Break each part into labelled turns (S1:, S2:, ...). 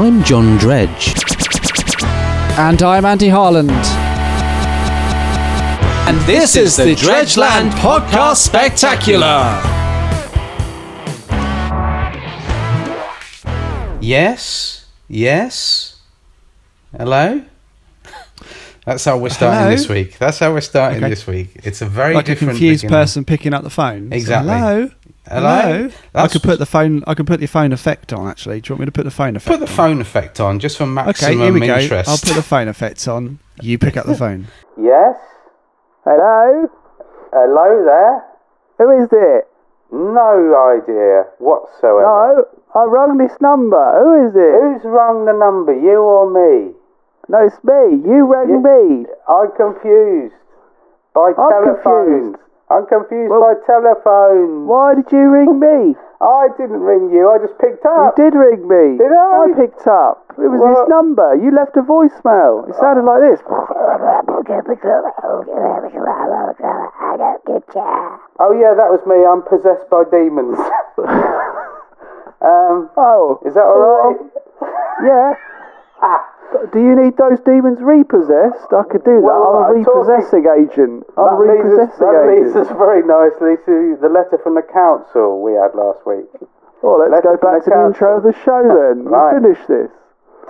S1: I'm John Dredge.
S2: And I'm Andy Harland.
S1: And this, is, the Dredgeland Podcast Spectacular. Yes, yes. Hello? That's how we're starting
S2: Hello?
S1: this week. That's how we're starting
S2: Okay.
S1: this week. It's a very
S2: Like a
S1: different
S2: confused
S1: beginning.
S2: person picking up the phone.
S1: Exactly.
S2: Hello.
S1: Hello?
S2: I
S1: That's-
S2: could put the phone. I could put the phone effect on. Actually, do you want me to put the phone effect?
S1: Put the phone effect on just for
S2: On? Okay, here
S1: maximum
S2: we go.
S1: um, interest.
S2: I'll put the phone effects on. You pick up the phone.
S3: Yes? Hello? Hello there? Who is it? No idea whatsoever. No, I rung this number. Who is it? Who's rung the number, you or me? No, it's me. You rang me. I'm confused by telephones. I'm confused by telephones. Why did you ring me? I didn't ring you. I just picked up. You did ring me. Did I? I picked up. It was this number. You left a voicemail. It sounded like this. Oh yeah, that was me. I'm possessed by demons. um, oh, is that all right? yeah. Do you need those demons repossessed? I could do that. I'm a repossessing agent. I'm a repossessing that leads us very nicely to the letter from the council we had last week. Well, let's go back to the intro of the show then. right. Finish this.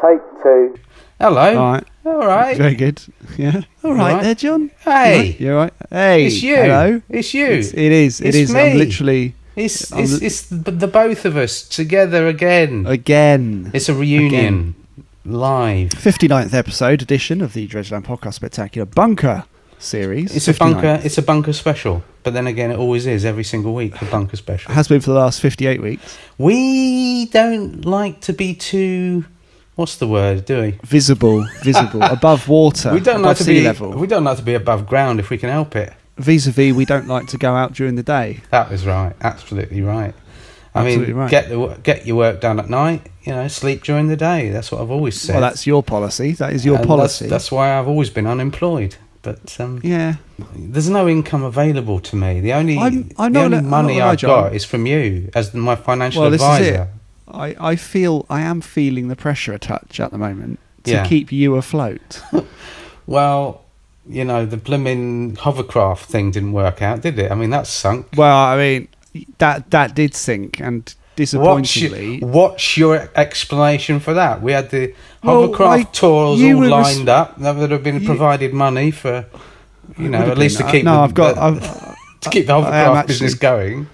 S3: Take two.
S1: Hello.
S2: All right.
S1: All right.
S2: Very good. Yeah. All right,
S1: right.
S2: there, John.
S1: Hey.
S2: You all right? Hey.
S1: It's you.
S2: Hello.
S1: It's you.
S2: It's, it is. It
S1: It's
S2: is. I'm
S1: me.
S2: literally
S1: It's
S2: I'm
S1: it's,
S2: li- Oh,
S1: it's the, the both of us together again.
S2: again.
S1: It's a reunion live.
S2: 59th episode edition of the Dredgeland Podcast Spectacular Bunker series.
S1: It's a
S2: 59.
S1: bunker. It's a bunker special. But then again, it always is every single week a bunker special.
S2: Has been for the last 58 weeks.
S1: We don't like to be too. What's the word? Do we?
S2: Visible, visible, above water.
S1: we don't
S2: Uh, above
S1: like to
S2: sea
S1: be.
S2: level.
S1: We don't like to be above ground if we can help it.
S2: vis-a-vis we don't like to go out during the day
S1: That was right. Absolutely right. I
S2: Absolutely
S1: mean,
S2: right.
S1: get the wo- get your work done at night. You know, sleep during the day. That's what I've always said.
S2: well that's your policy that is your
S1: And that's-
S2: policy
S1: That's, why I've always been unemployed. But um,
S2: yeah
S1: there's no income available to me. The only
S2: I'm- I'm
S1: the
S2: not
S1: only
S2: gonna- I'm not
S1: money
S2: gonna lie,
S1: I've
S2: John.
S1: got is from you as my financial
S2: well this
S1: advisor.
S2: is it I, I feel i am feeling the pressure a touch at the moment to
S1: Yeah.
S2: keep you afloat
S1: Well, you know, the blooming hovercraft thing didn't work out, did it? I mean, that's sunk.
S2: well i mean that that did sink and
S1: What's your,
S2: disappointingly
S1: what's your explanation for that? We had the
S2: Well,
S1: hovercraft
S2: I-
S1: tours
S2: you
S1: all
S2: were res-
S1: lined up. That would have been
S2: You-
S1: provided money for, you know,
S2: Would have
S1: at least
S2: been-
S1: to keep
S2: no
S1: the,
S2: i've got
S1: the-
S2: I've,
S1: to keep the
S2: I am
S1: hovercraft
S2: actually-
S1: business going.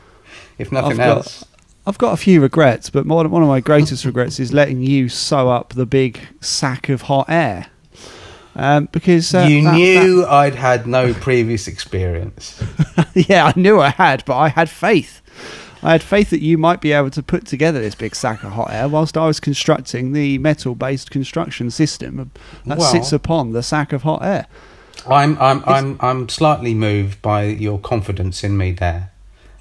S1: If nothing
S2: I've got-
S1: else,
S2: I've got a few regrets but more, one of my greatest regrets is letting you sew up the big sack of hot air um, because uh,
S1: you
S2: that- that-
S1: knew I'd had no previous experience.
S2: yeah, I knew I had, but I had faith. I had faith that you might be able to put together this big sack of hot air whilst I was constructing the metal based construction system that
S1: Well-
S2: sits upon the sack of hot air.
S1: I'm I'm I'm I'm slightly moved by your confidence in me there.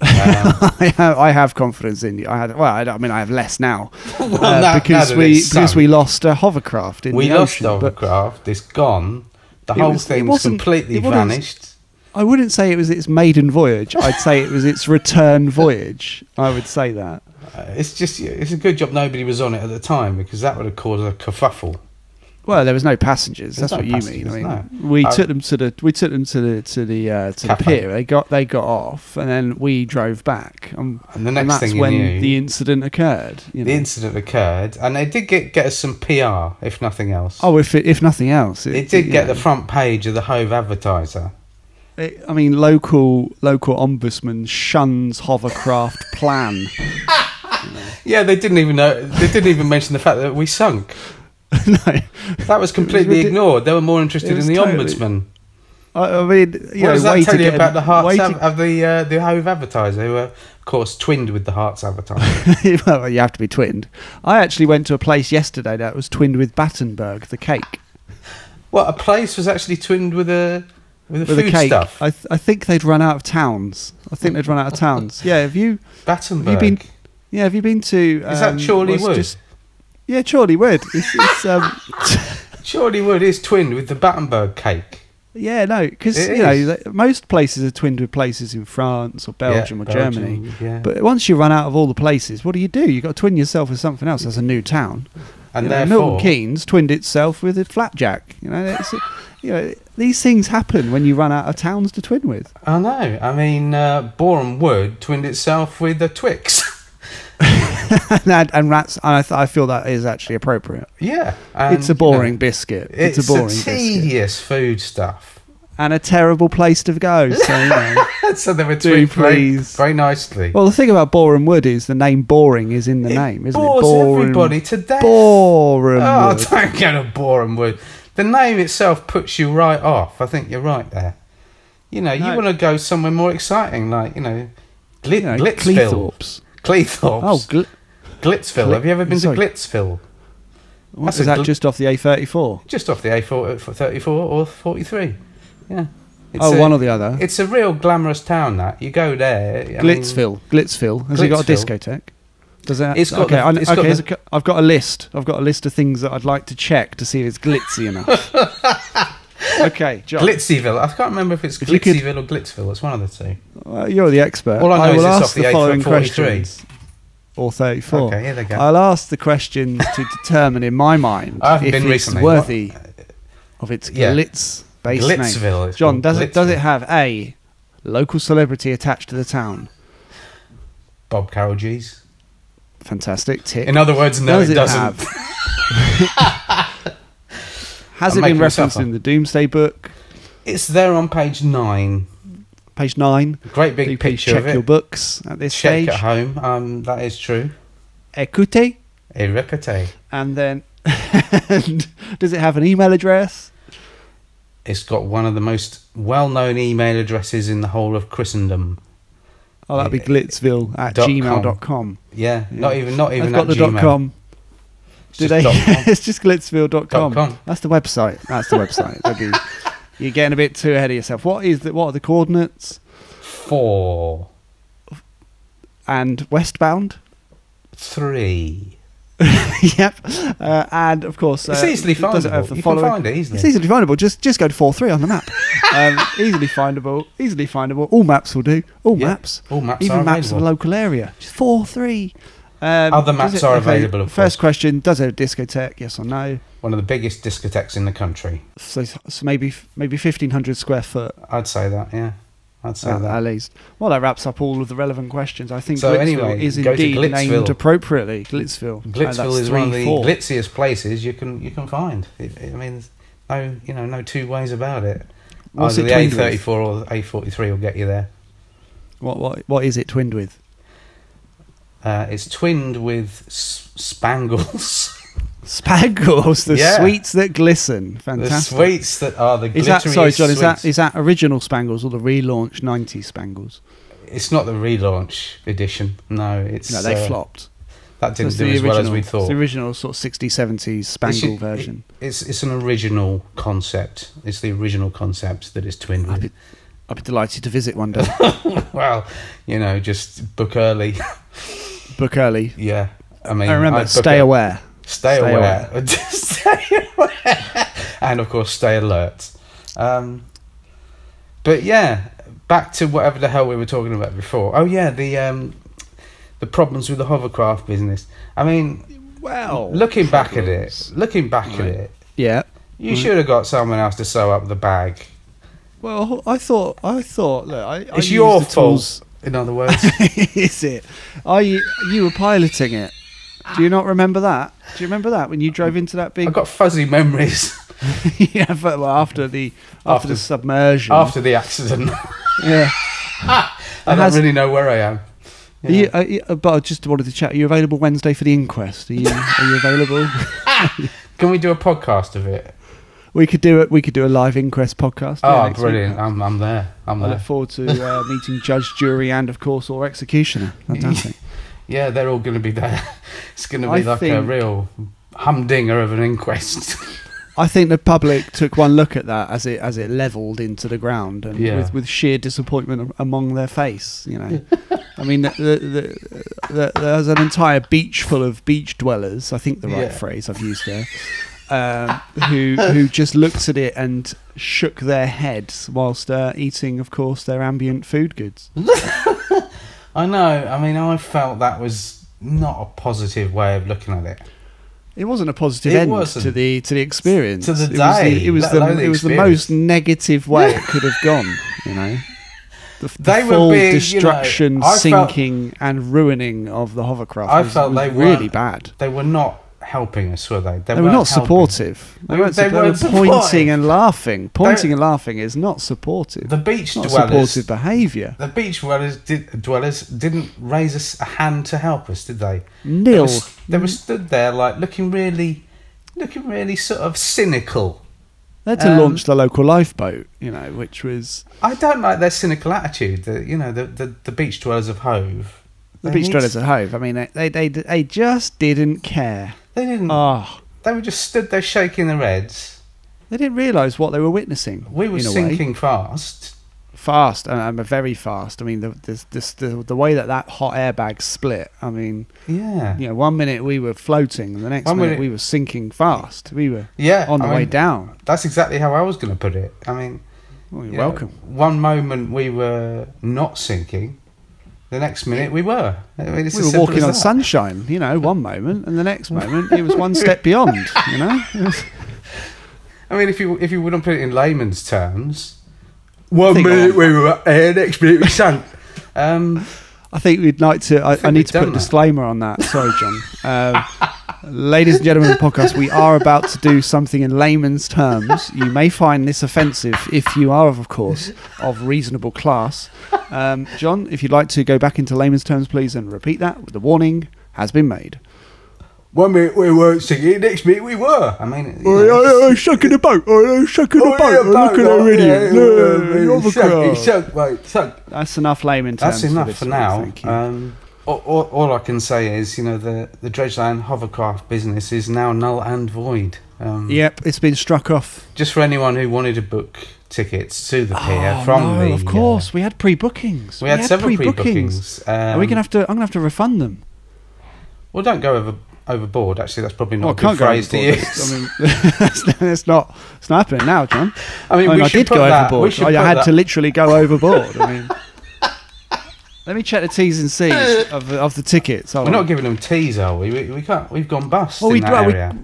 S1: Um,
S2: I have, I have confidence in you. I had, well, I, don't- I mean, I have less now
S1: well,
S2: uh,
S1: now- now
S2: because
S1: that
S2: we
S1: it's
S2: because
S1: sunk,
S2: we lost a hovercraft in
S1: we
S2: the
S1: lost
S2: ocean.
S1: the
S2: but
S1: hovercraft. It's gone. The
S2: It
S1: whole
S2: was- it
S1: thing's
S2: wasn't-
S1: completely
S2: it wasn't-
S1: vanished.
S2: I wouldn't say it was its maiden voyage. I'd say it was its return voyage. I would say that.
S1: Uh, It's just it's a good job nobody was on it at the time because that would have caused a kerfuffle.
S2: Well, there was no passengers.
S1: There's
S2: That's
S1: no
S2: what you mean. I mean,
S1: passengers,
S2: we
S1: Uh,
S2: took them to the we took them to the to the uh, to the
S1: Cafe.
S2: pier. They got they got off, and then we drove back. Um, And,
S1: And the next
S2: that's
S1: thing you
S2: when
S1: knew-
S2: the incident occurred. You know.
S1: The incident occurred, and it did get get us some PR, if nothing else.
S2: oh, if it, if nothing else,
S1: it did
S2: you
S1: get
S2: know,
S1: the front page of the Hove Advertiser.
S2: it- Eh, I mean, local local ombudsman shuns hovercraft plan.
S1: Yeah, they didn't even know. They didn't even mention the fact that we sunk.
S2: no,
S1: That was completely
S2: ridic-
S1: ignored. They were more interested
S2: It
S1: in
S2: was
S1: the
S2: totally-
S1: ombudsman.
S2: I, I mean, you
S1: what
S2: know,
S1: does that
S2: way
S1: tell
S2: to
S1: you
S2: get
S1: about the Hearts
S2: way to-
S1: av- of the uh, the Hove advertiser, who were, of course, twinned with the Hearts advertiser?
S2: well, you have to be twinned. I actually went to a place yesterday that was twinned with Battenberg, the cake.
S1: what a place was actually twinned with a with a
S2: with
S1: food
S2: a cake.
S1: stuff.
S2: I, th- I think they'd run out of towns. I think they'd run out of towns. Yeah, have you?
S1: Battenberg.
S2: Have you been? Yeah, have you been to?
S1: Is that
S2: um,
S1: Chorley
S2: what's
S1: Wood?
S2: yeah, Chorley Wood. It's, it's, um,
S1: Chorley Wood is twinned with the Battenberg cake.
S2: Yeah, no, because
S1: It
S2: you know
S1: is.
S2: th- most places are twinned with places in France or Belgium or Germany.
S1: Belgium, yeah.
S2: But once you run out of all the places, what do you do? You got to twin yourself with something else. That's a new town.
S1: and
S2: You know,
S1: therefore,
S2: Milton Keynes twinned itself with a flapjack. You know, it's, you know, these things happen when you run out of towns to twin with.
S1: I know. I mean, uh, Boreham Wood twinned itself with the Twix.
S2: and, and rats. And I, th- I feel that is actually appropriate.
S1: yeah, and,
S2: it's a
S1: you know,
S2: boring biscuit. It's,
S1: It's,
S2: a boring biscuit
S1: tedious food stuff.
S2: and a terrible place to go. So, you know.
S1: so they were
S2: Do
S1: tweaked very,
S2: please.
S1: very nicely.
S2: well, the thing about Boreham Wood is the name "boring" is in the name, isn't
S1: bores
S2: it? Boreham-
S1: everybody to death.
S2: Boreham
S1: oh,
S2: Wood.
S1: don't go to Boreham Wood. The name itself puts you right off. I think you're right there. You know,
S2: No.
S1: you want to go somewhere more exciting, like you know, Glit-
S2: You know,
S1: Glitzville.
S2: Cleethorpes.
S1: Cleethorpes.
S2: Oh, gl-
S1: Glitzville.
S2: Glit-
S1: Have you ever been
S2: sorry.
S1: to Glitzville?
S2: what,
S1: That's a
S2: is that
S1: gl-
S2: just off the A34?
S1: Just off the A34 or 43. Yeah. It's
S2: Oh,
S1: a-
S2: one or the other.
S1: It's a real glamorous town. That you go there. I mean-
S2: Glitzville. Glitzville. Has it got a
S1: Glitzville.
S2: discotheque? Does that?
S1: It's got
S2: okay,
S1: the-
S2: I,
S1: it's got
S2: okay.
S1: the-
S2: has it got- I've got a list. I've got a list of things that I'd like to check to see if it's glitzy enough. okay, John.
S1: Glitzyville. I can't remember if it's
S2: you could-
S1: Glitzyville or Glitzville. It's one of the two.
S2: Well, you're the expert.
S1: All I know is
S2: will
S1: it's
S2: ask
S1: off the
S2: the
S1: A4
S2: following
S1: 43.
S2: questions. Or 34.
S1: Okay, here they go.
S2: I'll ask the questions to determine in my mind
S1: I haven't
S2: if
S1: been
S2: it's
S1: recently.
S2: worthy of its
S1: Yeah.
S2: glitz based
S1: Glitzville,
S2: name.
S1: it's
S2: John,
S1: called
S2: does it, does it
S1: Glitzville.
S2: have A, local celebrity attached to the town?
S1: Bob Carroll G's.
S2: Fantastic. Tick.
S1: In other words, no,
S2: Does
S1: it,
S2: it
S1: doesn't.
S2: have- Has
S1: I'm
S2: it been
S1: making myself
S2: referenced
S1: up.
S2: in the Doomsday book?
S1: It's there on page nine.
S2: Page 9.
S1: Great big
S2: Do please
S1: picture
S2: check
S1: of it.
S2: your books at this
S1: Check
S2: stage.
S1: at home. Um, that is true.
S2: Écoutez.
S1: A repartee.
S2: And then. and does it have an email address?
S1: It's got one of the most well-known email addresses in the whole of Christendom.
S2: Oh, that'd be
S1: Yeah.
S2: glitzville at
S1: Dot
S2: gmail.com.
S1: Yeah, not even not even
S2: I've got
S1: at
S2: the dot
S1: Gmail.
S2: com.
S1: It's
S2: Did
S1: just
S2: they?
S1: dot com.
S2: it's just glitzville.com.
S1: Dot com.
S2: That's the website. That's the website. That'd be, you're getting a bit too ahead of yourself. What is the, What are the coordinates?
S1: Four,
S2: And westbound.
S1: three.
S2: yep. Uh, and of course, uh,
S1: It's easily
S2: it doesn't have
S1: findable.
S2: the
S1: You can
S2: following-
S1: find it easily.
S2: It's easily findable. Just just go to four three on the map. um, easily findable. Easily findable. All maps will do. All
S1: Yeah.
S2: maps.
S1: All maps
S2: Even
S1: are
S2: maps
S1: available.
S2: of the local area. Just four three. Um,
S1: Other
S2: does
S1: maps are available, of
S2: first
S1: course.
S2: question: Does it have a discotheque? Yes or no?
S1: One of the biggest discotheques in the country.
S2: So, so maybe maybe fifteen hundred square foot
S1: I'd say that. Yeah, I'd say
S2: at,
S1: that.
S2: at least. Well, that wraps up all of the relevant questions. I think
S1: So
S2: Glitzville
S1: anyway,
S2: is
S1: go to
S2: indeed named
S1: Glitzville.
S2: appropriately. Glitzville. And that's
S1: Glitzville is one of the
S2: 3-4.
S1: glitziest places you can you can find. It, it- I mean, there's no you know no two ways about it.
S2: What's
S1: Either
S2: it
S1: the
S2: twinned
S1: A
S2: with?
S1: thirty four or the A forty three will get you there.
S2: What what what is it twinned with?
S1: Uh, it's twinned with s- spangles,
S2: Spangles, the
S1: Yeah.
S2: sweets that glisten.
S1: the
S2: Fantastic.
S1: sweets that are the glittery
S2: Is that sorry, John? Is
S1: sweets.
S2: that is that original Spangles or the relaunched '90s Spangles?
S1: It's not the relaunch edition. No, it's
S2: No, they
S1: uh,
S2: flopped.
S1: That didn't
S2: That's
S1: do
S2: the
S1: as well as
S2: original-
S1: we
S2: it's
S1: thought.
S2: The original sort of '60s, '70s
S1: It's-
S2: Spangle
S1: it-
S2: version.
S1: it's it's an original concept. It's the original concept that it's twinned
S2: I'd
S1: with.
S2: be, I'd be delighted to visit one day.
S1: well, you know, just book early.
S2: Book early.
S1: yeah, I mean,
S2: I remember.
S1: I'd book
S2: stay
S1: it.
S2: aware.
S1: Stay,
S2: Stay
S1: aware. stay aware. and of course, stay alert. Um, but yeah, back to whatever the hell we were talking about before. Oh yeah, the um, the problems with the hovercraft business. I mean,
S2: Well,
S1: looking back at it, looking back at it,
S2: Yeah.
S1: you
S2: Hmm.
S1: should have got someone else to sew up the bag.
S2: Well, I thought. I thought. Look, I, I
S1: It's
S2: used
S1: your
S2: the tools.
S1: fault. In other words,
S2: is it? Are you? You were piloting it. Do you not remember that? Do you remember that when you drove into that big
S1: I've got fuzzy memories
S2: yeah, but well, after the after,
S1: After-
S2: the submersion.
S1: after the accident.
S2: yeah.
S1: I don't
S2: has-
S1: really know where I am.
S2: Are you, are you- uh, but I just wanted to chat. Are you available Wednesday for the inquest? Are you, are you available?
S1: Can we do a podcast of it?
S2: we could do it. We could do a live inquest podcast. yeah,
S1: Oh,
S2: next week,
S1: brilliant!
S2: perhaps.
S1: I'm I'm there. I'm
S2: I
S1: there.
S2: look forward to uh, meeting judge, jury, and of course, or executioner. Fantastic.
S1: Yeah, they're all going to be there. It's going to
S2: I
S1: be like a
S2: think-
S1: real humdinger of an inquest.
S2: I think the public took one look at that as it as it levelled into the ground, and
S1: Yeah.
S2: with, with sheer disappointment am- among their face. You know, I mean, the, the, the, the, there's an entire beach full of beach dwellers. I think the right
S1: Yeah.
S2: phrase I've used there. um, who who just looked at it and shook their heads whilst uh, eating, of course, their ambient food goods.
S1: I know. I mean, I felt that was not a positive way of looking at it.
S2: It wasn't a positive
S1: It
S2: end
S1: wasn't.
S2: to the to the experience.
S1: To the day,
S2: it was
S1: let
S2: the, it was
S1: alone
S2: the,
S1: the
S2: it was the
S1: experience.
S2: most negative way it could have gone. You know, the, the
S1: They were
S2: full
S1: being, you know,
S2: destruction,
S1: I felt-
S2: sinking, and ruining of the hovercraft.
S1: I
S2: was,
S1: felt
S2: was
S1: they
S2: really
S1: weren't-
S2: bad.
S1: They were not helping us, were they?
S2: They were
S1: weren't
S2: not
S1: helping.
S2: supportive. They,
S1: They-
S2: weren't,
S1: they
S2: sup- they
S1: weren't
S2: were
S1: supportive.
S2: pointing and laughing. Pointing and laughing is not supportive.
S1: The beach
S2: not
S1: dwellers.
S2: supportive behaviour.
S1: The beach dwellers, did, dwellers didn't raise us a hand to help us, did they? They
S2: Nil.
S1: were, s- they were stood there, like looking really, looking really sort of cynical.
S2: They had to
S1: um,
S2: launch the local lifeboat, you know, which was
S1: I don't like their cynical attitude. The, you know, the, the, the beach dwellers of Hove.
S2: the
S1: They
S2: beach
S1: need-
S2: dwellers at Hove. I mean, they they, they they just didn't care.
S1: They didn't.
S2: Ah.
S1: They were just stood there shaking their heads.
S2: They didn't realise what they were witnessing.
S1: We were
S2: in a way.
S1: sinking fast.
S2: fast, and um, very fast. I mean, the, this, this, the the way that that hot airbag split. I mean,
S1: Yeah.
S2: you know, one minute we were floating, and the next
S1: One
S2: minute,
S1: minute-
S2: we were sinking fast. We were
S1: Yeah.
S2: on the
S1: I
S2: way
S1: mean,
S2: down.
S1: That's exactly how I was going to put it. I mean,
S2: Well, you're
S1: you know,
S2: welcome.
S1: one moment we were not sinking, the next minute we were. I mean, it's
S2: We
S1: as
S2: were
S1: simple
S2: walking
S1: as
S2: on
S1: that.
S2: sunshine, you know, one moment, and the next moment it was one step beyond. You know, It was-
S1: I mean, if you if you wouldn't put it in layman's terms, one
S2: Think minute on.
S1: we were up here, next minute we sank. Um,
S2: I think we'd like to. I, I,
S1: think
S2: need
S1: we've
S2: to put a
S1: done that.
S2: disclaimer on that. Sorry, John. Um, ladies and gentlemen of the podcast, we are about to do something in layman's terms. You may find this offensive if you are, of course, of reasonable class. Um, John, if you'd like to go back into layman's terms, please, and repeat that. The warning has been made.
S1: one minute we weren't sinking, next minute we were. Oh, I mean, you know,
S2: shucking a boat. I'm shucking
S1: Oh, yeah, about that, yeah, yeah, it sunk, it sunk, mate, it sunk.
S2: That's enough layman terms.
S1: That's enough
S2: this
S1: for
S2: week,
S1: now.
S2: Thank you.
S1: Um, all, all, all I can say is, you know, the the Dredgeland hovercraft business is now null and void. Um,
S2: yep, it's been struck off.
S1: Just for anyone who wanted to book tickets to the pier
S2: Oh,
S1: from
S2: no,
S1: the.
S2: of
S1: uh,
S2: course we had pre-bookings.
S1: we had several pre-bookings. Um,
S2: Are we gonna have to? I'm gonna have to refund them.
S1: Well, don't go over overboard. Actually, that's probably not
S2: Well,
S1: a good phrase to
S2: overboard.
S1: use.
S2: I mean, that's, that's not. It's not happening now, John.
S1: I mean,
S2: I, mean,
S1: we
S2: I
S1: should
S2: did
S1: put
S2: go
S1: that- we
S2: overboard.
S1: should
S2: I
S1: put
S2: had
S1: that-
S2: to literally go overboard. I mean, let me check the T's and C's of the, of the tickets. Hold
S1: We're
S2: on.
S1: not giving them teas, are we? We, we can't. We've gone bust
S2: Well,
S1: in
S2: we-
S1: that
S2: well, we-
S1: area.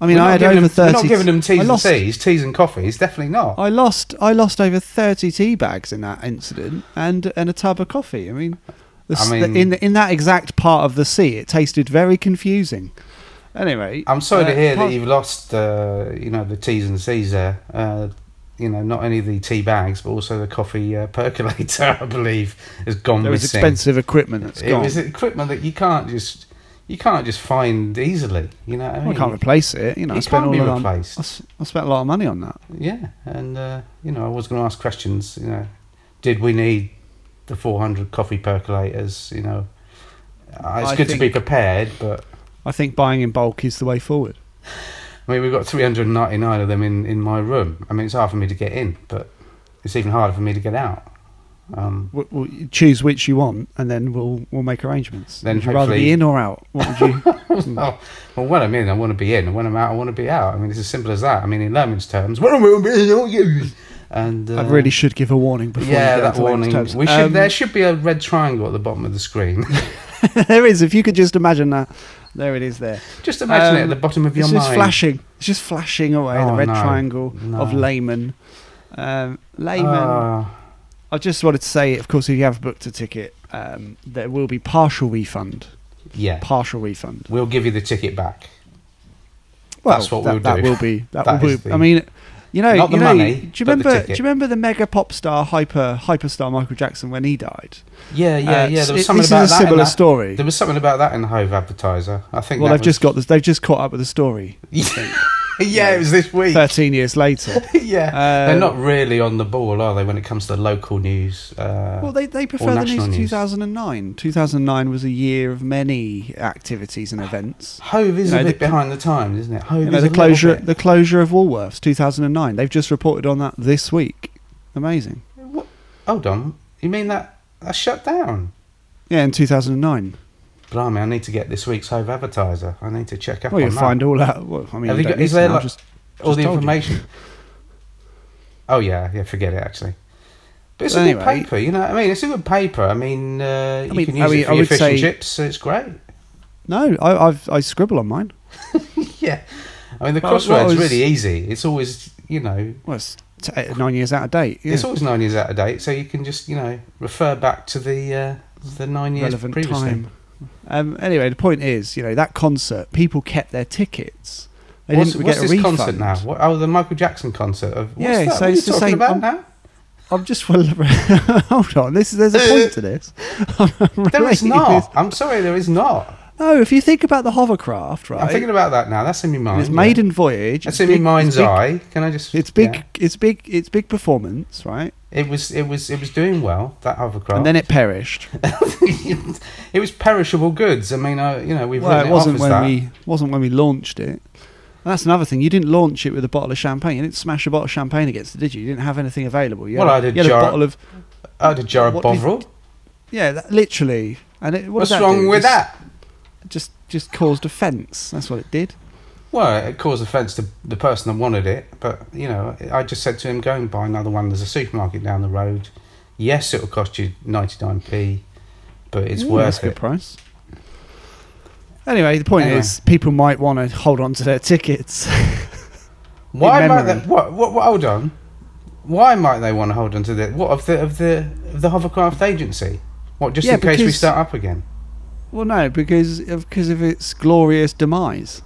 S2: I mean,
S1: We're
S2: I
S1: not
S2: had
S1: giving
S2: over
S1: them,
S2: thirty.
S1: We're not giving them
S2: I
S1: teas and
S2: lost,
S1: teas, teas and coffees. Definitely not.
S2: I lost. I lost over thirty tea bags in that incident, and and a tub of coffee. I mean, the,
S1: I
S2: s- the-
S1: mean-
S2: in in that exact part of the sea, it tasted very confusing. Anyway,
S1: I'm sorry
S2: uh,
S1: to hear
S2: apart-
S1: that you've lost, uh, you know, the T's and C's there. Uh, you know, not only the tea bags, but also the coffee uh, percolator, I believe, has gone
S2: There was
S1: missing.
S2: expensive equipment that's
S1: It
S2: gone.
S1: was equipment that you can't just you can't just find easily. You know, what I
S2: Well, I
S1: mean,
S2: can't replace it. You know, I
S1: it
S2: spent
S1: can't
S2: all
S1: be
S2: of that-
S1: replaced.
S2: I s- I spent a lot of money on that.
S1: Yeah, and uh, you know, I was going to ask questions. You know, did we need the 400 coffee percolators? You know, uh, it's
S2: I
S1: good
S2: think-
S1: to be prepared, but
S2: I think buying in bulk is the way forward.
S1: I mean, we've got 399 of them in, in my room. I mean, it's hard for me to get in, but it's even harder for me to get out. Um,
S2: We'll, we'll choose which you want, and then we'll we'll make arrangements.
S1: Then
S2: would you rather be
S1: hopefully-
S2: in or out? What would you?
S1: well, well, when I'm in, I want to be in, and when I'm out, I want to be out. I mean, it's as simple as that. I mean, in layman's terms, when I'm in, I want to be in. and uh,
S2: I really should give a warning before.
S1: yeah,
S2: you go
S1: that
S2: into
S1: warning.
S2: layman's terms.
S1: We should.
S2: Um,
S1: there should be a red triangle at the bottom of the screen.
S2: there is. If you could just imagine that, there it is. There.
S1: Just imagine it
S2: Um,
S1: at the bottom of your
S2: It's
S1: mind.
S2: just flashing. It's just flashing away. the
S1: Oh,
S2: red
S1: no.
S2: triangle of
S1: No.
S2: layman. Um, layman.
S1: Ah.
S2: I just wanted to say, of course, if you have booked a ticket, um, there will be partial refund.
S1: Yeah.
S2: Partial refund.
S1: We'll give you the ticket back.
S2: Uh, Well,
S1: That's what
S2: that,
S1: we'll
S2: that
S1: do.
S2: will be. That,
S1: That
S2: will
S1: is
S2: be.
S1: the-
S2: I mean, you know,
S1: Not the
S2: you know,
S1: money,
S2: Do you
S1: but the
S2: remember? do you
S1: ticket.
S2: remember the mega pop star, hyper hyperstar Michael Jackson when he died?
S1: Yeah, yeah,
S2: Uh,
S1: yeah. There was
S2: it-
S1: something
S2: this
S1: about
S2: is a
S1: that in
S2: similar
S1: that-
S2: story.
S1: There was something about that in the Hove advertiser. I think.
S2: well,
S1: that
S2: they've
S1: was-
S2: just got this. They've just caught up with the story.
S1: yeah, it was this week.
S2: Thirteen years later.
S1: yeah,
S2: Uh,
S1: they're not really on the ball, are they? When it comes to local news. Uh,
S2: Well, they, they prefer the news
S1: national
S2: to
S1: news.
S2: 2009. 2009 was a year of many activities and events.
S1: Hove is
S2: you know,
S1: a bit
S2: the-
S1: behind the times, isn't it? Hove
S2: You know,
S1: is a
S2: the
S1: little
S2: closure,
S1: bit-
S2: the closure of Woolworths, 2009. They've just reported on that this week. Amazing.
S1: What? Hold on. You mean that that shut down?
S2: Yeah, in 2009.
S1: Blimey, I need to get this week's Hove Advertiser. I need to check up
S2: Well,
S1: on
S2: you'll
S1: that.
S2: find all out. Well, I mean,
S1: Oh, Have you
S2: you don't
S1: got-
S2: need
S1: is
S2: to
S1: there
S2: now,
S1: like
S2: just
S1: all the
S2: told you.
S1: information. Oh yeah, yeah. Forget it. Actually, but it's
S2: But
S1: a good
S2: anyway-
S1: paper. You know, what I mean, it's a good paper. I mean, uh, you
S2: mean,
S1: can
S2: I
S1: use
S2: mean,
S1: it for
S2: I
S1: your
S2: would
S1: fish and
S2: say-
S1: chips. So it's great.
S2: no, I, I've, I scribble on mine.
S1: yeah, I mean, the
S2: Well, what
S1: crossroads
S2: was-
S1: really easy. It's always you know,
S2: Well, it's t- eight- nine years out of date. Yeah.
S1: it's always nine years out of date, so you can just you know refer back to the uh, the nine years
S2: relevant
S1: previously.
S2: time. Um, anyway, the point is, you know, that concert, people kept their tickets. They
S1: what's
S2: didn't
S1: what's
S2: get a
S1: this
S2: refund.
S1: concert now? What, oh, the Michael Jackson concert. Of, what's
S2: Yeah,
S1: that?
S2: so
S1: what are
S2: it's
S1: you
S2: the
S1: talking
S2: same-
S1: about
S2: I'm-
S1: now?
S2: I'm just well. Hold on, this is, there's a point to this.
S1: There is
S2: Relating
S1: not.
S2: this-
S1: I'm sorry, there is not.
S2: No, if you think about the hovercraft, right?
S1: I'm thinking about that now. That's in my mind.
S2: it's
S1: yeah.
S2: maiden voyage.
S1: That's
S2: it's
S1: in my
S2: big-
S1: mind's
S2: it's big-
S1: eye. Can I just?
S2: It's big.
S1: yeah.
S2: It's big. It's big performance, right?
S1: It was. It was. It was doing well. That hovercraft.
S2: And then it perished.
S1: it, was perishable goods. I mean, I, you know, we've
S2: Well,
S1: written
S2: it
S1: it off
S2: wasn't
S1: as
S2: when
S1: that.
S2: we wasn't when we launched it. And that's another thing. You didn't launch it with a bottle of champagne. You didn't smash a bottle of champagne against it, did you? You didn't have anything available. You
S1: Well,
S2: had,
S1: I did
S2: You had
S1: jar-
S2: a bottle of
S1: I had a jar of
S2: What did-
S1: Oh, Bovril.
S2: yeah, that, literally. And it, what
S1: What's
S2: did that
S1: wrong
S2: do?
S1: with
S2: Just-
S1: that?
S2: Just just caused offence. That's what it did.
S1: Well, it caused offence to the person that wanted it, but you know, I just said to him, "Go and buy another one." There's a supermarket down the road. Yes, it will cost you ninety nine p, but it's
S2: Ooh,
S1: worth
S2: that's a good
S1: it.
S2: price. Anyway, the point
S1: Anyway.
S2: is, people might want to hold on to their tickets.
S1: Why
S2: In
S1: might
S2: memory.
S1: they? What, what, what? Hold on. Why might they want to hold on to the what of the of the of the hovercraft agency? What just
S2: Yeah,
S1: in case we
S2: because-
S1: start up again?
S2: well, no, because of, because of its glorious demise.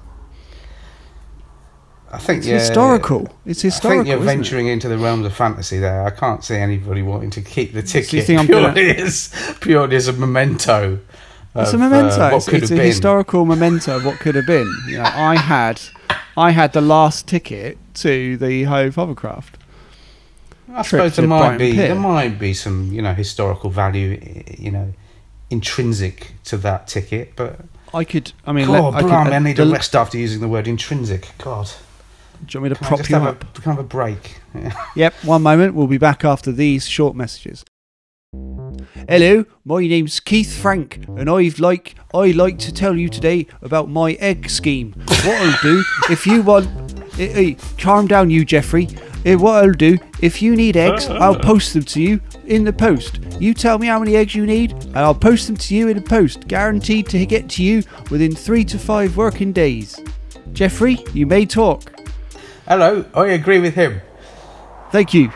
S1: I think
S2: It's
S1: yeah,
S2: historical. It's historical.
S1: I think you're
S2: isn't it?
S1: venturing into the realms of fantasy there. I can't see anybody wanting to keep the ticket
S2: So you think I'm
S1: purely,
S2: gonna-
S1: as, purely as a memento.
S2: It's a
S1: of, uh,
S2: memento.
S1: what
S2: it's
S1: could
S2: it's a
S1: have been.
S2: historical memento of what could have been. You know, I had, I had the last ticket to the Hove hovercraft.
S1: I
S2: trip
S1: suppose
S2: to
S1: there might
S2: Brighton
S1: be
S2: Pier.
S1: there might be some you know historical value i- you know intrinsic to that ticket, but
S2: I could. I mean,
S1: God,
S2: let- I, could, uh,
S1: blimey, I need
S2: the-
S1: a rest after using the word intrinsic. God,
S2: Do you want me to
S1: can I
S2: prop
S1: just
S2: you
S1: have
S2: up?
S1: a kind of a break?
S2: Yep. One moment. We'll be back after these short messages. Hello, my name's Keith Frank, and I've like I like to tell you today about my egg scheme. What I'll do if you want, eh, eh, calm down, you Jeffrey. Eh, what I'll do if you need eggs, I'll post them to you in the post. You tell me how many eggs you need, and I'll post them to you in the post, guaranteed to get to you within three to five working days. Jeffrey, you may talk.
S1: Hello, I agree with him.
S2: Thank you.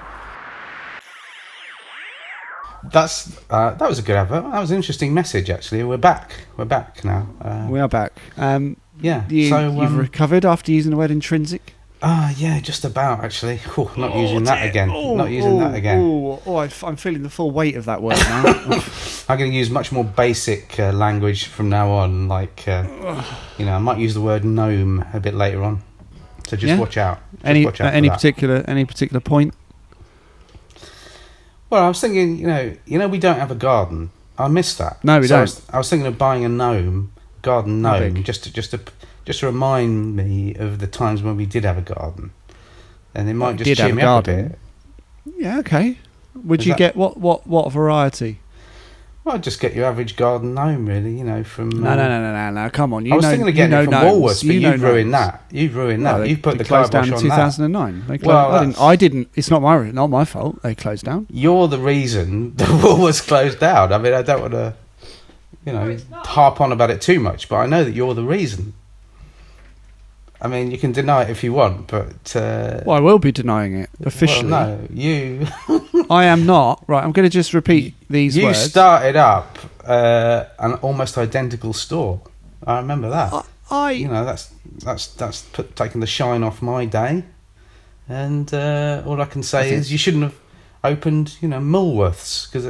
S1: That's uh, that was a good advert. That was an interesting message actually. We're back. We're back now. Uh,
S2: We are back. Um,
S1: yeah.
S2: You,
S1: so
S2: you've
S1: um,
S2: recovered after using the word intrinsic.
S1: Ah, yeah, just about actually. Whew, not using that again. not using that again.
S2: Oh, oh, I f- I'm feeling the full weight of that word now.
S1: I'm going to use much more basic uh, language from now on. Like, uh, you know, I might use the word gnome a bit later on. So just
S2: Yeah?
S1: watch out. Just
S2: any
S1: watch out
S2: at
S1: for
S2: any
S1: that.
S2: particular any particular point?
S1: Well, I was thinking, you know, you know, we don't have a garden. I miss that.
S2: No, we
S1: So I
S2: don't.
S1: was, I was thinking of buying a gnome, garden
S2: How
S1: gnome,
S2: big?
S1: just to, just to just to remind me of the times when we did have a garden, and it might
S2: we
S1: just
S2: did
S1: cheer
S2: have a
S1: me up a
S2: garden.
S1: bit.
S2: Yeah, okay. Would
S1: Is
S2: you
S1: that-
S2: get what what what variety?
S1: Well, I'd just get your average garden gnome, really. You know, from
S2: No,
S1: uh,
S2: no, no, no, no, no. Come on, you
S1: I was
S2: know,
S1: thinking of
S2: you
S1: getting
S2: know
S1: it from
S2: gnomes.
S1: Woolworths, but
S2: you know
S1: you've ruined
S2: gnomes.
S1: that. You've ruined
S2: No,
S1: that.
S2: they-
S1: you've put
S2: they
S1: the
S2: closed down
S1: kibosh
S2: in
S1: on that.
S2: 2009. They closed,
S1: Well,
S2: I didn't.
S1: that's-
S2: I didn't. It's not my not my fault. They closed down.
S1: You're the reason the Woolworths closed down. I mean, I don't want to, you know, harp on about it too much, but I know that you're the reason. I mean, you can deny it if you want, but uh,
S2: Well, I will be denying it officially.
S1: well, no, you
S2: I am not. Right, I'm going to just repeat these
S1: you
S2: words.
S1: started up uh, an almost identical store. I remember that.
S2: I, I
S1: you know that's that's that's put, taken the shine off my day and uh, all i can say
S2: think-
S1: is you shouldn't have opened you know Mulworths because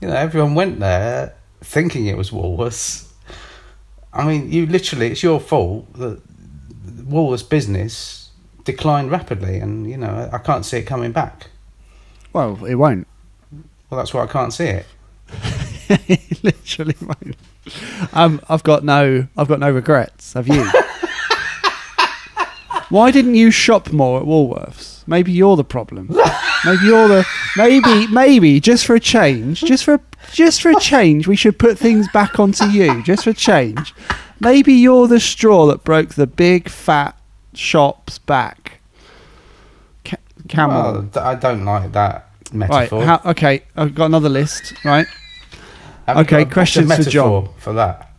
S1: you know everyone went there thinking it was Woolworths i mean you literally it's your fault that Woolworths business declined rapidly and you know i can't see it coming back
S2: well, it won't.
S1: well that's why i can't see it
S2: It literally won't. Um, I've got no, I've got no regrets. Have you? Why didn't you shop more at Woolworths? Maybe you're the problem. Maybe you're the, maybe, maybe just for a change, just for a, just for a change, we should put things back onto you, just for a change. Maybe you're the straw that broke the big fat shop's back. Ca- camel.
S1: Well, th- I don't like that
S2: Hmm. right.
S1: metaphor.
S2: How, okay, I've got another list. Right.
S1: Haven't
S2: okay,
S1: got a better
S2: questions for
S1: metaphor
S2: John.
S1: for that.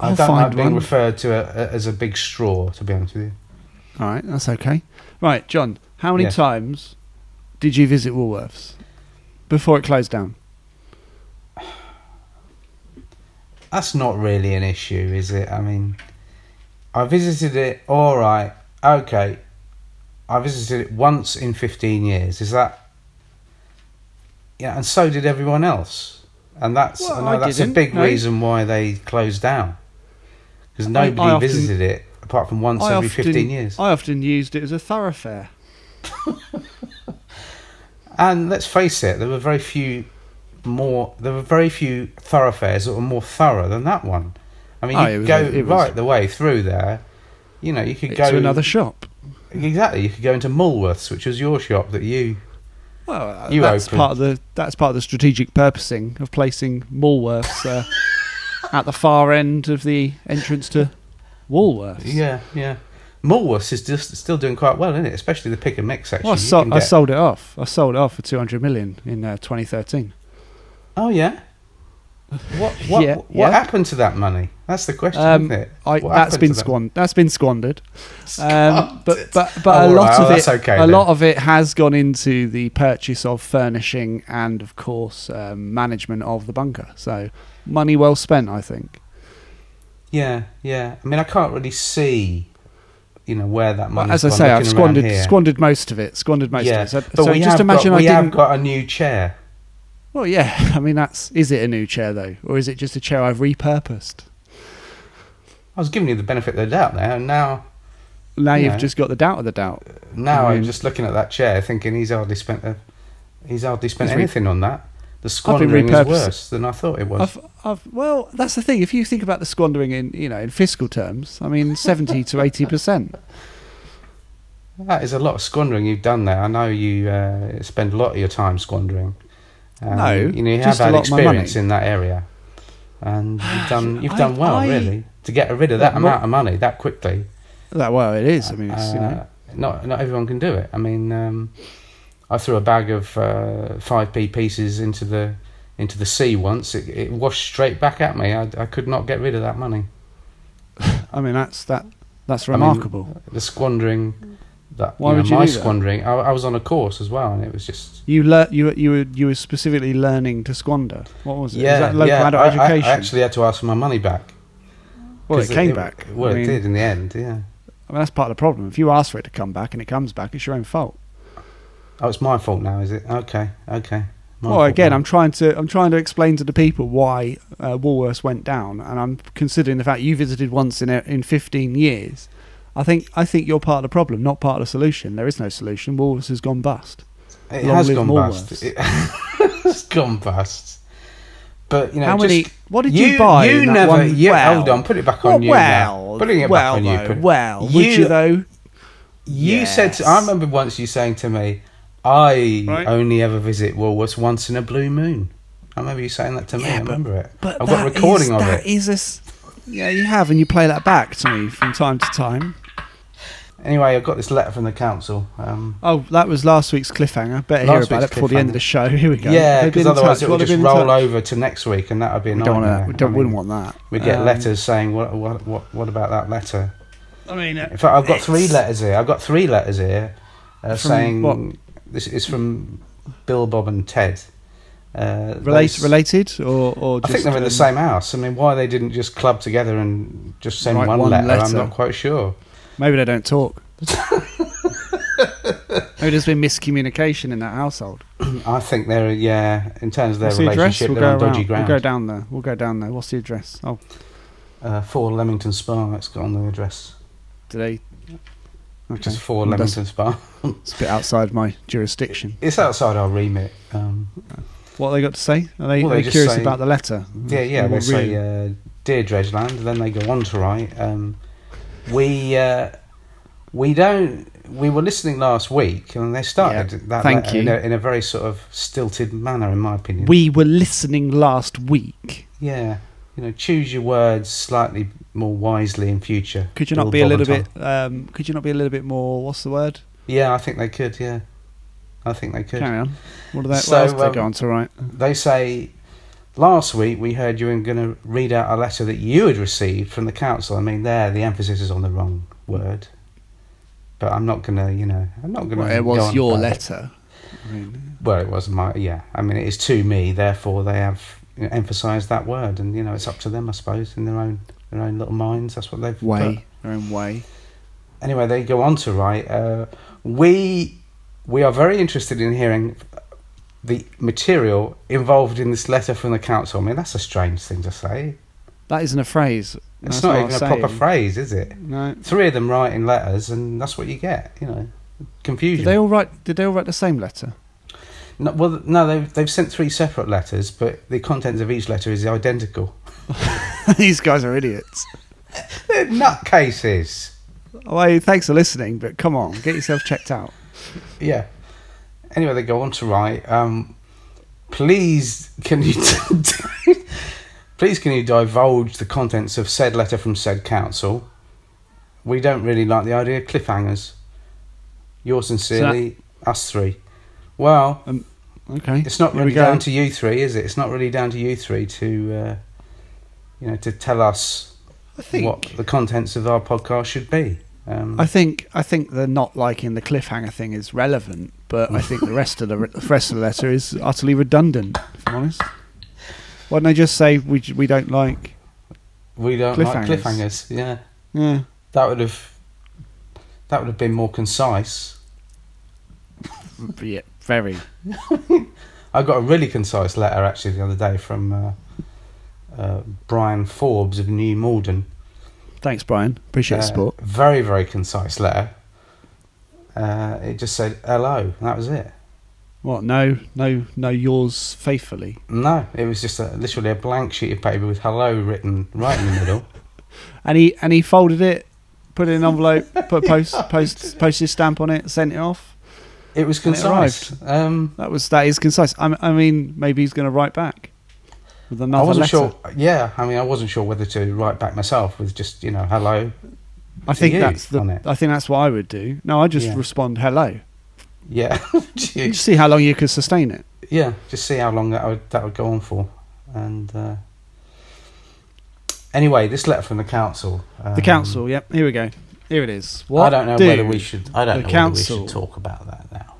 S1: I
S2: I'll
S1: don't
S2: find
S1: like being
S2: one.
S1: referred to a, a, as a big straw. To be honest with you,
S2: All right. That's okay. Right, John. How many
S1: Yeah.
S2: times did you visit Woolworths before it closed down?
S1: that's not really an issue, is it? I mean, I visited it. All right, okay. I visited it once in fifteen years. Is that? Yeah, and so did everyone else. And that's
S2: Well,
S1: I know
S2: I
S1: that's a
S2: didn't,
S1: big
S2: no.
S1: reason why they closed down because
S2: I
S1: nobody
S2: often-
S1: visited it apart from once every fifteen years.
S2: I often used it as a thoroughfare.
S1: And let's face it, there were very few more. There were very few thoroughfares that were more thorough than that one. I mean,
S2: Oh,
S1: you
S2: it was-
S1: go
S2: it was-
S1: right the way through there. You know, you could go
S2: to another shop.
S1: exactly. You could go into Mulworths, which was your shop that you.
S2: Well, uh,
S1: You
S2: that's
S1: open.
S2: part of the that's part of the strategic purposing of placing Woolworths uh, at the far end of the entrance to Woolworths.
S1: Yeah, yeah. Mulworths is just still doing quite well, isn't it? Especially the pick and mix section.
S2: Well, uh, I,
S1: You
S2: sol-
S1: can
S2: I
S1: get-
S2: sold it off. I sold it off for two hundred million in uh, twenty thirteen.
S1: Oh yeah. What what
S2: Yeah,
S1: what
S2: yeah.
S1: happened to that money? That's the question,
S2: Um,
S1: isn't it?
S2: I,
S1: What
S2: that's
S1: happened
S2: been
S1: to that-
S2: squandered. That's been squandered. Um, but but
S1: Oh,
S2: but a
S1: all
S2: lot
S1: right,
S2: of
S1: well,
S2: it,
S1: that's okay
S2: a
S1: then.
S2: lot of it has gone into the purchase of furnishing and, of course, um, management of the bunker. So money well spent, I think.
S1: Yeah, yeah. I mean, I can't really see, you know, where that
S2: Well,
S1: money.
S2: as I say, I've squandered squandered most of it. Squandered most
S1: yeah,
S2: of it. So,
S1: but
S2: so
S1: we
S2: just
S1: have
S2: imagine
S1: got,
S2: I
S1: we
S2: didn't.
S1: have got a new chair.
S2: Well, yeah. I mean, that's is it a new chair though, or is it just a chair I've repurposed?
S1: I was giving you the benefit of the doubt there, and now
S2: Now
S1: Yeah.
S2: you've just got the doubt of the doubt.
S1: now
S2: I
S1: I'm
S2: mean-
S1: just looking at that chair, thinking he's hardly spent a, he's hardly spent
S2: He's re-
S1: anything on that. The
S2: I've been
S1: squandering is
S2: repurposing-
S1: worse than I thought it was.
S2: I've, I've, well, that's the thing. If you think about the squandering in, you know, in fiscal terms, I mean, seventy to eighty percent.
S1: That is a lot of squandering you've done there. I know you uh, spend a lot of your time squandering. Um,
S2: No,
S1: you know you
S2: just a
S1: have had
S2: lot of my
S1: experience
S2: money.
S1: in that area, and you've done you've
S2: I-
S1: done well
S2: I-
S1: really to get rid of that
S2: But mo-
S1: amount of money that quickly.
S2: That well, it is. I mean, it's, you know,
S1: Uh, not not everyone can do it. I mean, um, I threw a bag of uh, five p pieces into the into the sea once. It, it washed straight back at me. I, I could not get rid of that money.
S2: I mean, that's that. That's
S1: Uh, I mean,
S2: remarkable.
S1: The squandering. That,
S2: Why
S1: you know,
S2: would you
S1: my
S2: do that?
S1: squandering? I, I was on a course as well, and it was just
S2: you learn. You were- you were you were specifically learning to squander. What was it? was that local
S1: yeah.
S2: adult
S1: I- I, I
S2: education?
S1: actually had to ask for my money back.
S2: well, it
S1: 'Cause
S2: came back.
S1: Well,
S2: I mean,
S1: it did in the end. Yeah.
S2: I mean, that's part of the problem. If you ask for it to come back and it comes back, it's your own fault.
S1: Oh, it's my fault now, is it? Okay, okay. My
S2: well,
S1: fault
S2: again,
S1: now.
S2: I'm trying to I'm trying to explain to the people why uh, Woolworths went down, and I'm considering the fact you visited once in a- in 15 years. I think I think you're part of the problem, not part of the solution. There is no solution. Woolworths has gone bust.
S1: It
S2: Long
S1: has
S2: live
S1: gone
S2: Woolworths.
S1: past. It has gone past. But you know,
S2: How
S1: just,
S2: many? What did you, buy?
S1: You
S2: in that
S1: never.
S2: one?
S1: You,
S2: well,
S1: Hold on, put it back
S2: well,
S1: on you. now.
S2: Well,
S1: putting it
S2: well,
S1: back on you.
S2: though,
S1: put-
S2: well, would you though?
S1: You said. To, I
S2: Yes.
S1: remember once you saying to me, "I
S2: Right.
S1: only ever visit Woolworths once in a blue moon." I remember you saying that to me.
S2: Yeah,
S1: I
S2: but-
S1: remember it.
S2: But
S1: I've got a
S2: that
S1: recording
S2: is-
S1: of
S2: that
S1: it.
S2: is a s- yeah, you have, and you play that back to me from time to time.
S1: Anyway, I've got this letter from the council. Um,
S2: Oh, that was last week's cliffhanger. Better
S1: Last
S2: hear about it
S1: week's
S2: before the end of the show. Here we go.
S1: yeah,
S2: They've been
S1: because
S2: in
S1: otherwise
S2: touch.
S1: it
S2: Well,
S1: will
S2: they've
S1: just
S2: been in
S1: roll
S2: touch.
S1: over to next week, and that would be a
S2: We don't,
S1: nightmare.
S2: wanna, we don't,
S1: I mean,
S2: wouldn't want that.
S1: We get
S2: Um,
S1: letters saying, "What, what, what, what about that letter?"
S2: I mean, uh,
S1: In fact, I've got three
S2: it's-
S1: letters here. I've got three letters here uh,
S2: From
S1: saying
S2: what?
S1: this is from Bill, Bob, and Ted. Uh,
S2: Relate,
S1: those-
S2: related, or, or
S1: I
S2: just,
S1: think they're in the
S2: um,
S1: same house. I mean, why they didn't just club together and just send
S2: Write
S1: one,
S2: one
S1: letter, I'm
S2: letter.
S1: not quite sure.
S2: Maybe they don't talk. maybe there's been miscommunication in that household.
S1: I think they're yeah. In terms of their
S2: What's the address?
S1: relationship,
S2: We'll
S1: they're
S2: go
S1: on dodgy
S2: around. We'll
S1: ground.
S2: go down there. We'll go down there. What's the address? Oh,
S1: uh, four Leamington Spa. It's got on the address.
S2: do they? Okay.
S1: Just four
S2: Well, that's-
S1: Leamington Spa.
S2: It's a bit outside my jurisdiction.
S1: It's outside our remit. Um,
S2: What have they got to say? Are they,
S1: Well,
S2: are
S1: they
S2: they
S1: just
S2: curious
S1: say-
S2: about the letter?
S1: Yeah, yeah, they
S2: Well,
S1: say
S2: really-
S1: uh, Dear Dredgeland, and then they go on to write, um, we, uh, we don't. We were listening last week, and they started
S2: Yeah,
S1: that
S2: thank
S1: letter in,
S2: you.
S1: a, in a very sort of stilted manner, in my opinion.
S2: We were listening last week.
S1: yeah, you know, choose your words slightly more wisely in future.
S2: Could you not
S1: Bill
S2: be a
S1: Bob and
S2: little
S1: Tom.
S2: bit? Um, could you not be a little bit more? What's the word?
S1: Yeah, I think they could. Yeah, I think they could.
S2: Carry on. What, are they,
S1: So,
S2: what else did
S1: um,
S2: they go on to write?
S1: They say last week we heard you were going to read out a letter that you had received from the council. I mean, there the emphasis is on the wrong word, but I'm not going to. You know, I'm not going
S2: Well,
S1: to.
S2: it was your letter. I mean,
S1: Well, it was my. Yeah, I mean, it is to me. Therefore, they have you know, emphasised that word, and you know, it's up to them, I suppose, in their own their own little minds. That's what they've put.
S2: way, their own way.
S1: anyway, they go on to write, uh, we we are very interested in hearing the material involved in this letter from the council. I mean, that's a strange thing to say.
S2: That isn't a phrase.
S1: It's
S2: That's
S1: not
S2: what
S1: even a
S2: I'm
S1: proper
S2: saying.
S1: phrase, is it?
S2: No.
S1: Three of them writing letters, and that's what you get. You know,
S2: Did
S1: confusion.
S2: they all write? Did they all write the same letter?
S1: no, well, no, they've they've sent three separate letters, but the contents of each letter is identical.
S2: These guys are idiots.
S1: They're nutcases.
S2: Well, thanks for listening, but come on, get yourself checked out.
S1: Yeah. Anyway, they go on to write. Um, please, can you please can you divulge the contents of said letter from said council? We don't really like the idea of cliffhangers. Yours sincerely, us three. Well,
S2: Okay.
S1: it's not
S2: here we
S1: really
S2: go.
S1: down to you three, is it? It's not really down to you three to uh, you know to tell us
S2: I think.
S1: what the contents of our podcast should be. Um,
S2: I think I think the not liking the cliffhanger thing is relevant, but I think the rest of the, the rest of the letter is utterly redundant. If I'm honest, why don't I just say we j- we don't like?
S1: we don't like
S2: cliffhangers.
S1: cliffhangers. Yeah.
S2: Yeah,
S1: That would have that would have been more concise.
S2: yeah very.
S1: I got a really concise letter actually the other day from uh, uh, Brian Forbes of New Malden.
S2: Thanks, Brian. Appreciate the
S1: Uh,
S2: support.
S1: Very very concise letter. Uh, it just said hello. and That was it.
S2: What? No, no, no. Yours faithfully.
S1: No, it was just a, literally a blank sheet of paper with hello written right in the middle.
S2: And he and he folded it, put it in an envelope, put a post post postage stamp on it, sent it off.
S1: It was
S2: And it
S1: concise. um,
S2: That was that is concise. I, I mean, maybe he's going to write back with
S1: I
S2: another
S1: wasn't
S2: letter.
S1: sure. Yeah, I mean, I wasn't sure whether to write back myself with just you know hello.
S2: I
S1: to
S2: think
S1: you
S2: that's the.
S1: on it.
S2: I think that's what I would do. No, I just
S1: Yeah.
S2: respond hello.
S1: Yeah,
S2: You see how long you can sustain it.
S1: yeah, just see how long that would that would go on for. And uh, anyway, this letter from the council.
S2: The council. Yep. Here we go. Here it is.
S1: Well, Um,
S2: What
S1: I don't know
S2: do-
S1: whether we should. I don't
S2: the
S1: know whether
S2: council-
S1: we should talk about that now.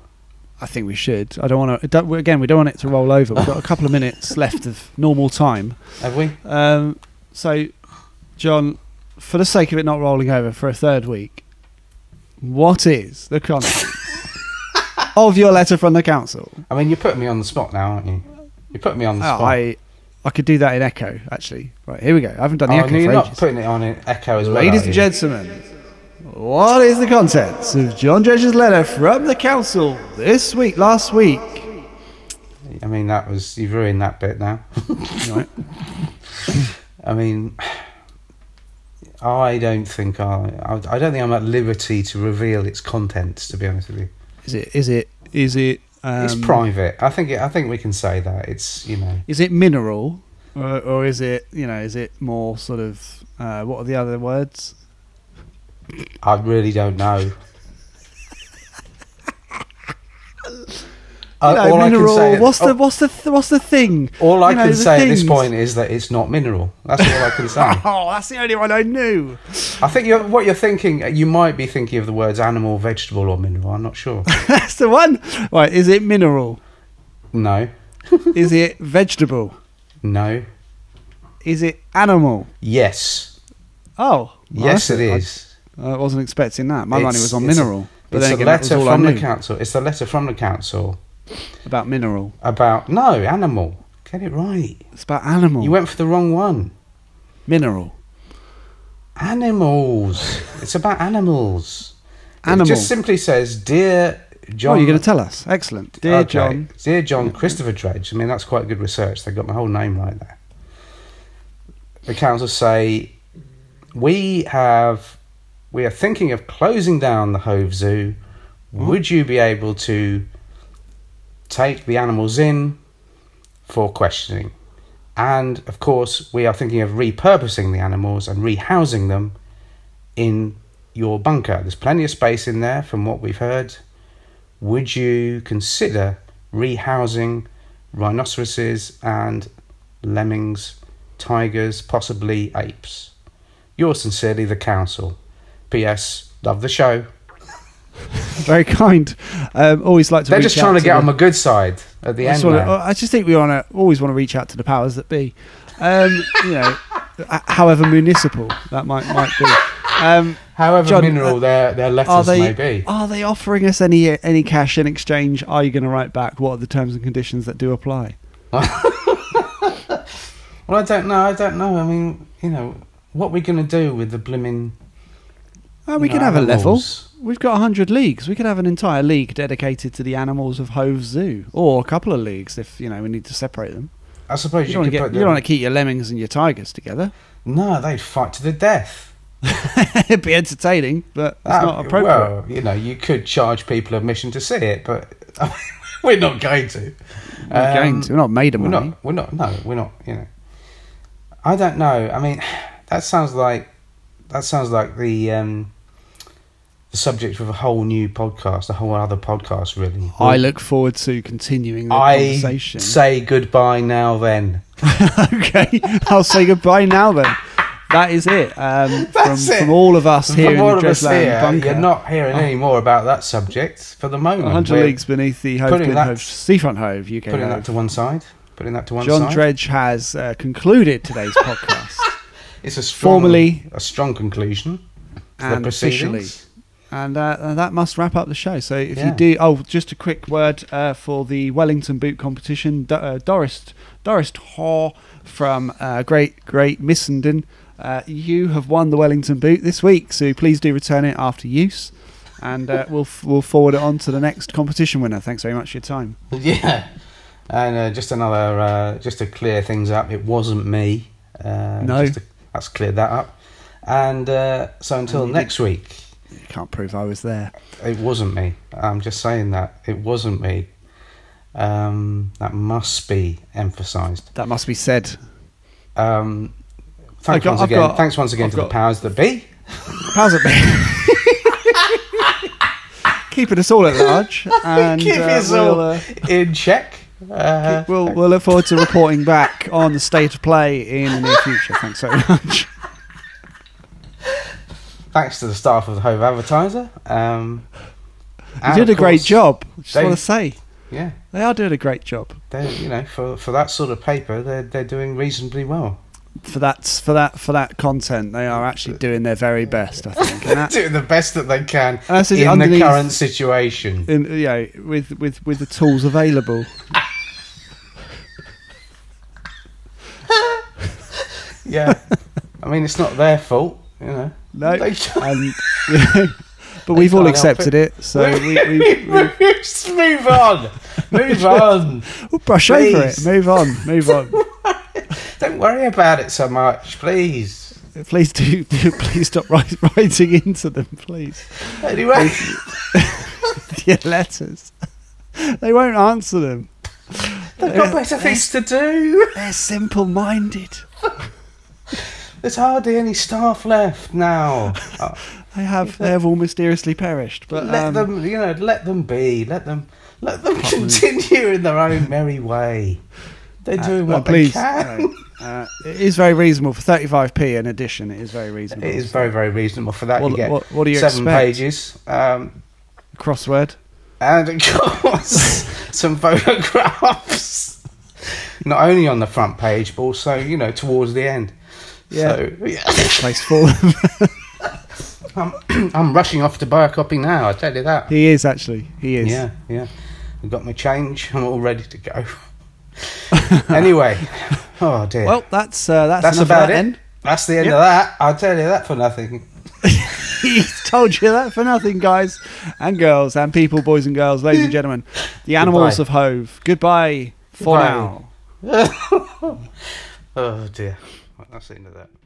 S2: I think we should. I don't want to. Don't, again, we don't want it to roll over. We've got a couple of minutes left of normal time.
S1: Have we?
S2: Um, so, John, for the sake of it not rolling over for a third week, what is the content of your letter from the council?
S1: I mean, you're putting me on the spot now, aren't you? You're putting me on the
S2: Oh,
S1: spot.
S2: I I could do that in echo actually. Right here we go. I haven't done the
S1: Oh,
S2: echo
S1: no,
S2: for
S1: you're not
S2: ages.
S1: putting it on in echo as well.
S2: Ladies
S1: are
S2: and
S1: you?
S2: gentlemen, what is the contents of John Dredge's letter from the council this week, last week?
S1: I mean, that was you've ruined that bit now.
S2: Right.
S1: I mean, I don't think I. I I don't think I'm at liberty to reveal its contents. To be honest with you.
S2: Is it? Is it? Is it? Um,
S1: it's private. I think it, I think we can say that. It's you know
S2: Is it mineral, or, or is it? You know, is it more sort of? Uh, what are the other words?
S1: I really don't know. Uh,
S2: You know,
S1: all
S2: mineral.
S1: I can say,
S2: what's the?
S1: oh,
S2: What's the? Th- what's the thing?
S1: all I
S2: You know,
S1: can
S2: the
S1: say at this
S2: things.
S1: point is that it's not mineral. That's all I can say.
S2: Oh, that's the only one I knew.
S1: I think you're, what you're thinking, uh, you might be thinking of the words animal, vegetable, or mineral. I'm not sure.
S2: That's the one. Right? Is it mineral?
S1: No,
S2: is it vegetable?
S1: no,
S2: Is it animal?
S1: yes,
S2: Oh, well,
S1: yes,
S2: that's
S1: it
S2: I-
S1: is.
S2: I wasn't expecting that. My money
S1: It's-
S2: was on
S1: it's a-
S2: mineral. But
S1: it's
S2: then
S1: a
S2: again, that was
S1: letter
S2: all I
S1: from the
S2: knew
S1: council. It's the letter from the council
S2: about mineral.
S1: about no animal. Get it right.
S2: It's about animal.
S1: You went for the wrong one.
S2: mineral.
S1: Animals. It's about animals.
S2: Animal.
S1: It just simply says, "Dear John."
S2: Oh, you're going to tell us. Excellent. Dear
S1: Okay.
S2: John.
S1: Dear John Christopher Dredge. I mean, that's quite good research. They got my whole name right there. The council say, "We have We are thinking of closing down the Hove Zoo.
S2: Hmm.
S1: Would you be able to take the animals in for questioning? And of course, we are thinking of repurposing the animals and rehousing them in your bunker. There's plenty of space in there, from what we've heard. Would you consider rehousing rhinoceroses and lemmings, tigers, possibly apes? Yours sincerely, the council. P.S. Love the show.
S2: Very kind. Um, always like to.
S1: They're
S2: reach
S1: just
S2: out
S1: trying to
S2: to
S1: get
S2: the-
S1: on my good side at the
S2: I
S1: end.
S2: just, wanna,
S1: there.
S2: I just think we want to always want to reach out to the powers that be, um, you know, h- however municipal that might might be. Um,
S1: However
S2: John,
S1: mineral their their letters
S2: are they uh,
S1: may be.
S2: are they offering us any any cash in exchange? Are you going to write back? What are the terms and conditions that do apply?
S1: Well, I don't know. I don't know. I mean, you know, what we're going to do with the blimmin'?
S2: Oh, we
S1: No,
S2: could have a level.
S1: animals.
S2: We've got hundred leagues. We could have an entire league dedicated to the animals of Hove Zoo, or a couple of leagues if you know we need to separate them.
S1: I suppose
S2: You
S1: you,
S2: don't, wanna
S1: could
S2: get,
S1: put
S2: you
S1: them-
S2: don't want to keep your lemmings and your tigers together.
S1: No, they'd fight to the death.
S2: It'd be entertaining, but it's
S1: That-
S2: not appropriate.
S1: Ah, Um, Well, you know, you could charge people admission to see it, but we're not going to.
S2: we're going to. We're not made of
S1: um, We're
S2: money.
S1: not. We're not. No, we're not. You know, I don't know. I mean, that sounds like that sounds like the um, the subject of a whole new podcast, a whole other podcast, really.
S2: I look forward to continuing the
S1: I
S2: conversation.
S1: say goodbye now. Then
S2: okay, I'll say goodbye now then. That is it. Um, from,
S1: That's it.
S2: from all of us here
S1: From
S2: in
S1: all
S2: the
S1: of us
S2: Dresland
S1: here,
S2: bunker.
S1: you're not hearing any more about that subject for the moment.
S2: 100
S1: We're
S2: leagues beneath the Hove,
S1: putting
S2: Good
S1: that-
S2: Hove Seafront Hove, UK
S1: Putting
S2: Hove.
S1: that to one side. Putting that to one
S2: John
S1: side.
S2: Dredge has uh, concluded today's podcast
S1: It's a strong,
S2: Formally-
S1: a strong conclusion. to the
S2: and officially.
S1: proceedings.
S2: And, uh, and that must wrap up the show. So if
S1: Yeah.
S2: you do, oh, just a quick word uh, for the Wellington boot competition. Do, uh, Doris Doris Haw from uh, Great Great Missenden, uh, you have won the Wellington boot this week. So please do return it after use, and uh, we'll f- we'll forward it on to the next competition winner. Thanks very much for your time.
S1: Yeah, and uh, just another, uh, just to clear things up, it wasn't me. Uh,
S2: No.
S1: just to, that's cleared that up. And uh, so until next week,
S2: Can't prove I was there.
S1: it wasn't me. I'm just saying that it wasn't me. Um, that must be emphasised.
S2: That must be said.
S1: Um,
S2: I
S1: thanks
S2: got-
S1: once
S2: I've
S1: again.
S2: got-
S1: thanks once again
S2: I've
S1: to the
S2: got-
S1: powers that be.
S2: How's it been? Keeping us all at large, and
S1: Keep
S2: uh,
S1: us
S2: we'll,
S1: all
S2: uh,
S1: in check. Uh,
S2: We'll, we'll look forward to reporting back on the state of play in the near future. Thanks so much.
S1: thanks to the staff of the Hove Advertiser. Um,
S2: You
S1: and
S2: did a
S1: of
S2: great
S1: course-
S2: job. I Just
S1: they-
S2: want to say
S1: Yeah.
S2: they are doing a great job
S1: they're you know for, for that sort of paper they're they're doing reasonably well.
S2: for that for that for that content. They are actually doing their very best. I think. And that,
S1: doing the best that they can
S2: And that's just
S1: in the
S2: underneath-
S1: current situation.
S2: in, you know, with with with the tools available.
S1: Yeah, I mean it's not their fault, you know.
S2: No,
S1: They-
S2: and, but we've all
S1: can't help
S2: accepted it, so we, we, we,
S1: Just move on, move on.
S2: will brush over it.
S1: Please.
S2: Move on, move on.
S1: Don't worry about it so much, please.
S2: please do, do please stop write, writing into them, please.
S1: Anyway,
S2: Your letters, they won't answer them.
S1: they've got better things to do.
S2: They're simple minded.
S1: There's hardly any staff left now. Uh,
S2: They have they have all mysteriously perished. But
S1: let
S2: um,
S1: them, you know, let them be. Let them, let them continue in their own merry way. They're doing
S2: Uh, well,
S1: what
S2: please,
S1: they can.
S2: no, uh, it is very reasonable for thirty five p. In addition, it is very reasonable.
S1: It is very, very reasonable for that.
S2: What-
S1: you get
S2: what- what do you
S1: seven
S2: expect?
S1: pages, um,
S2: crossword.
S1: and of course some photographs. Not only on the front page, but also you know towards the end.
S2: Yeah.
S1: So yeah,
S2: Place for them.
S1: I'm, I'm rushing off to buy a copy now. I tell you that.
S2: he is actually. He is.
S1: Yeah, yeah. I've got my change. I'm all ready to go. anyway, oh dear.
S2: Well, that's uh, that's,
S1: that's
S2: enough of
S1: about
S2: that
S1: it.
S2: then.
S1: That's the end
S2: Yep.
S1: of that. I'll tell you that for nothing.
S2: He told you that for nothing, guys and girls and people, boys and girls, ladies and gentlemen. The animals
S1: Goodbye.
S2: of Hove. Goodbye for
S1: Goodbye.
S2: now.
S1: Oh dear. Well, that's the end of that.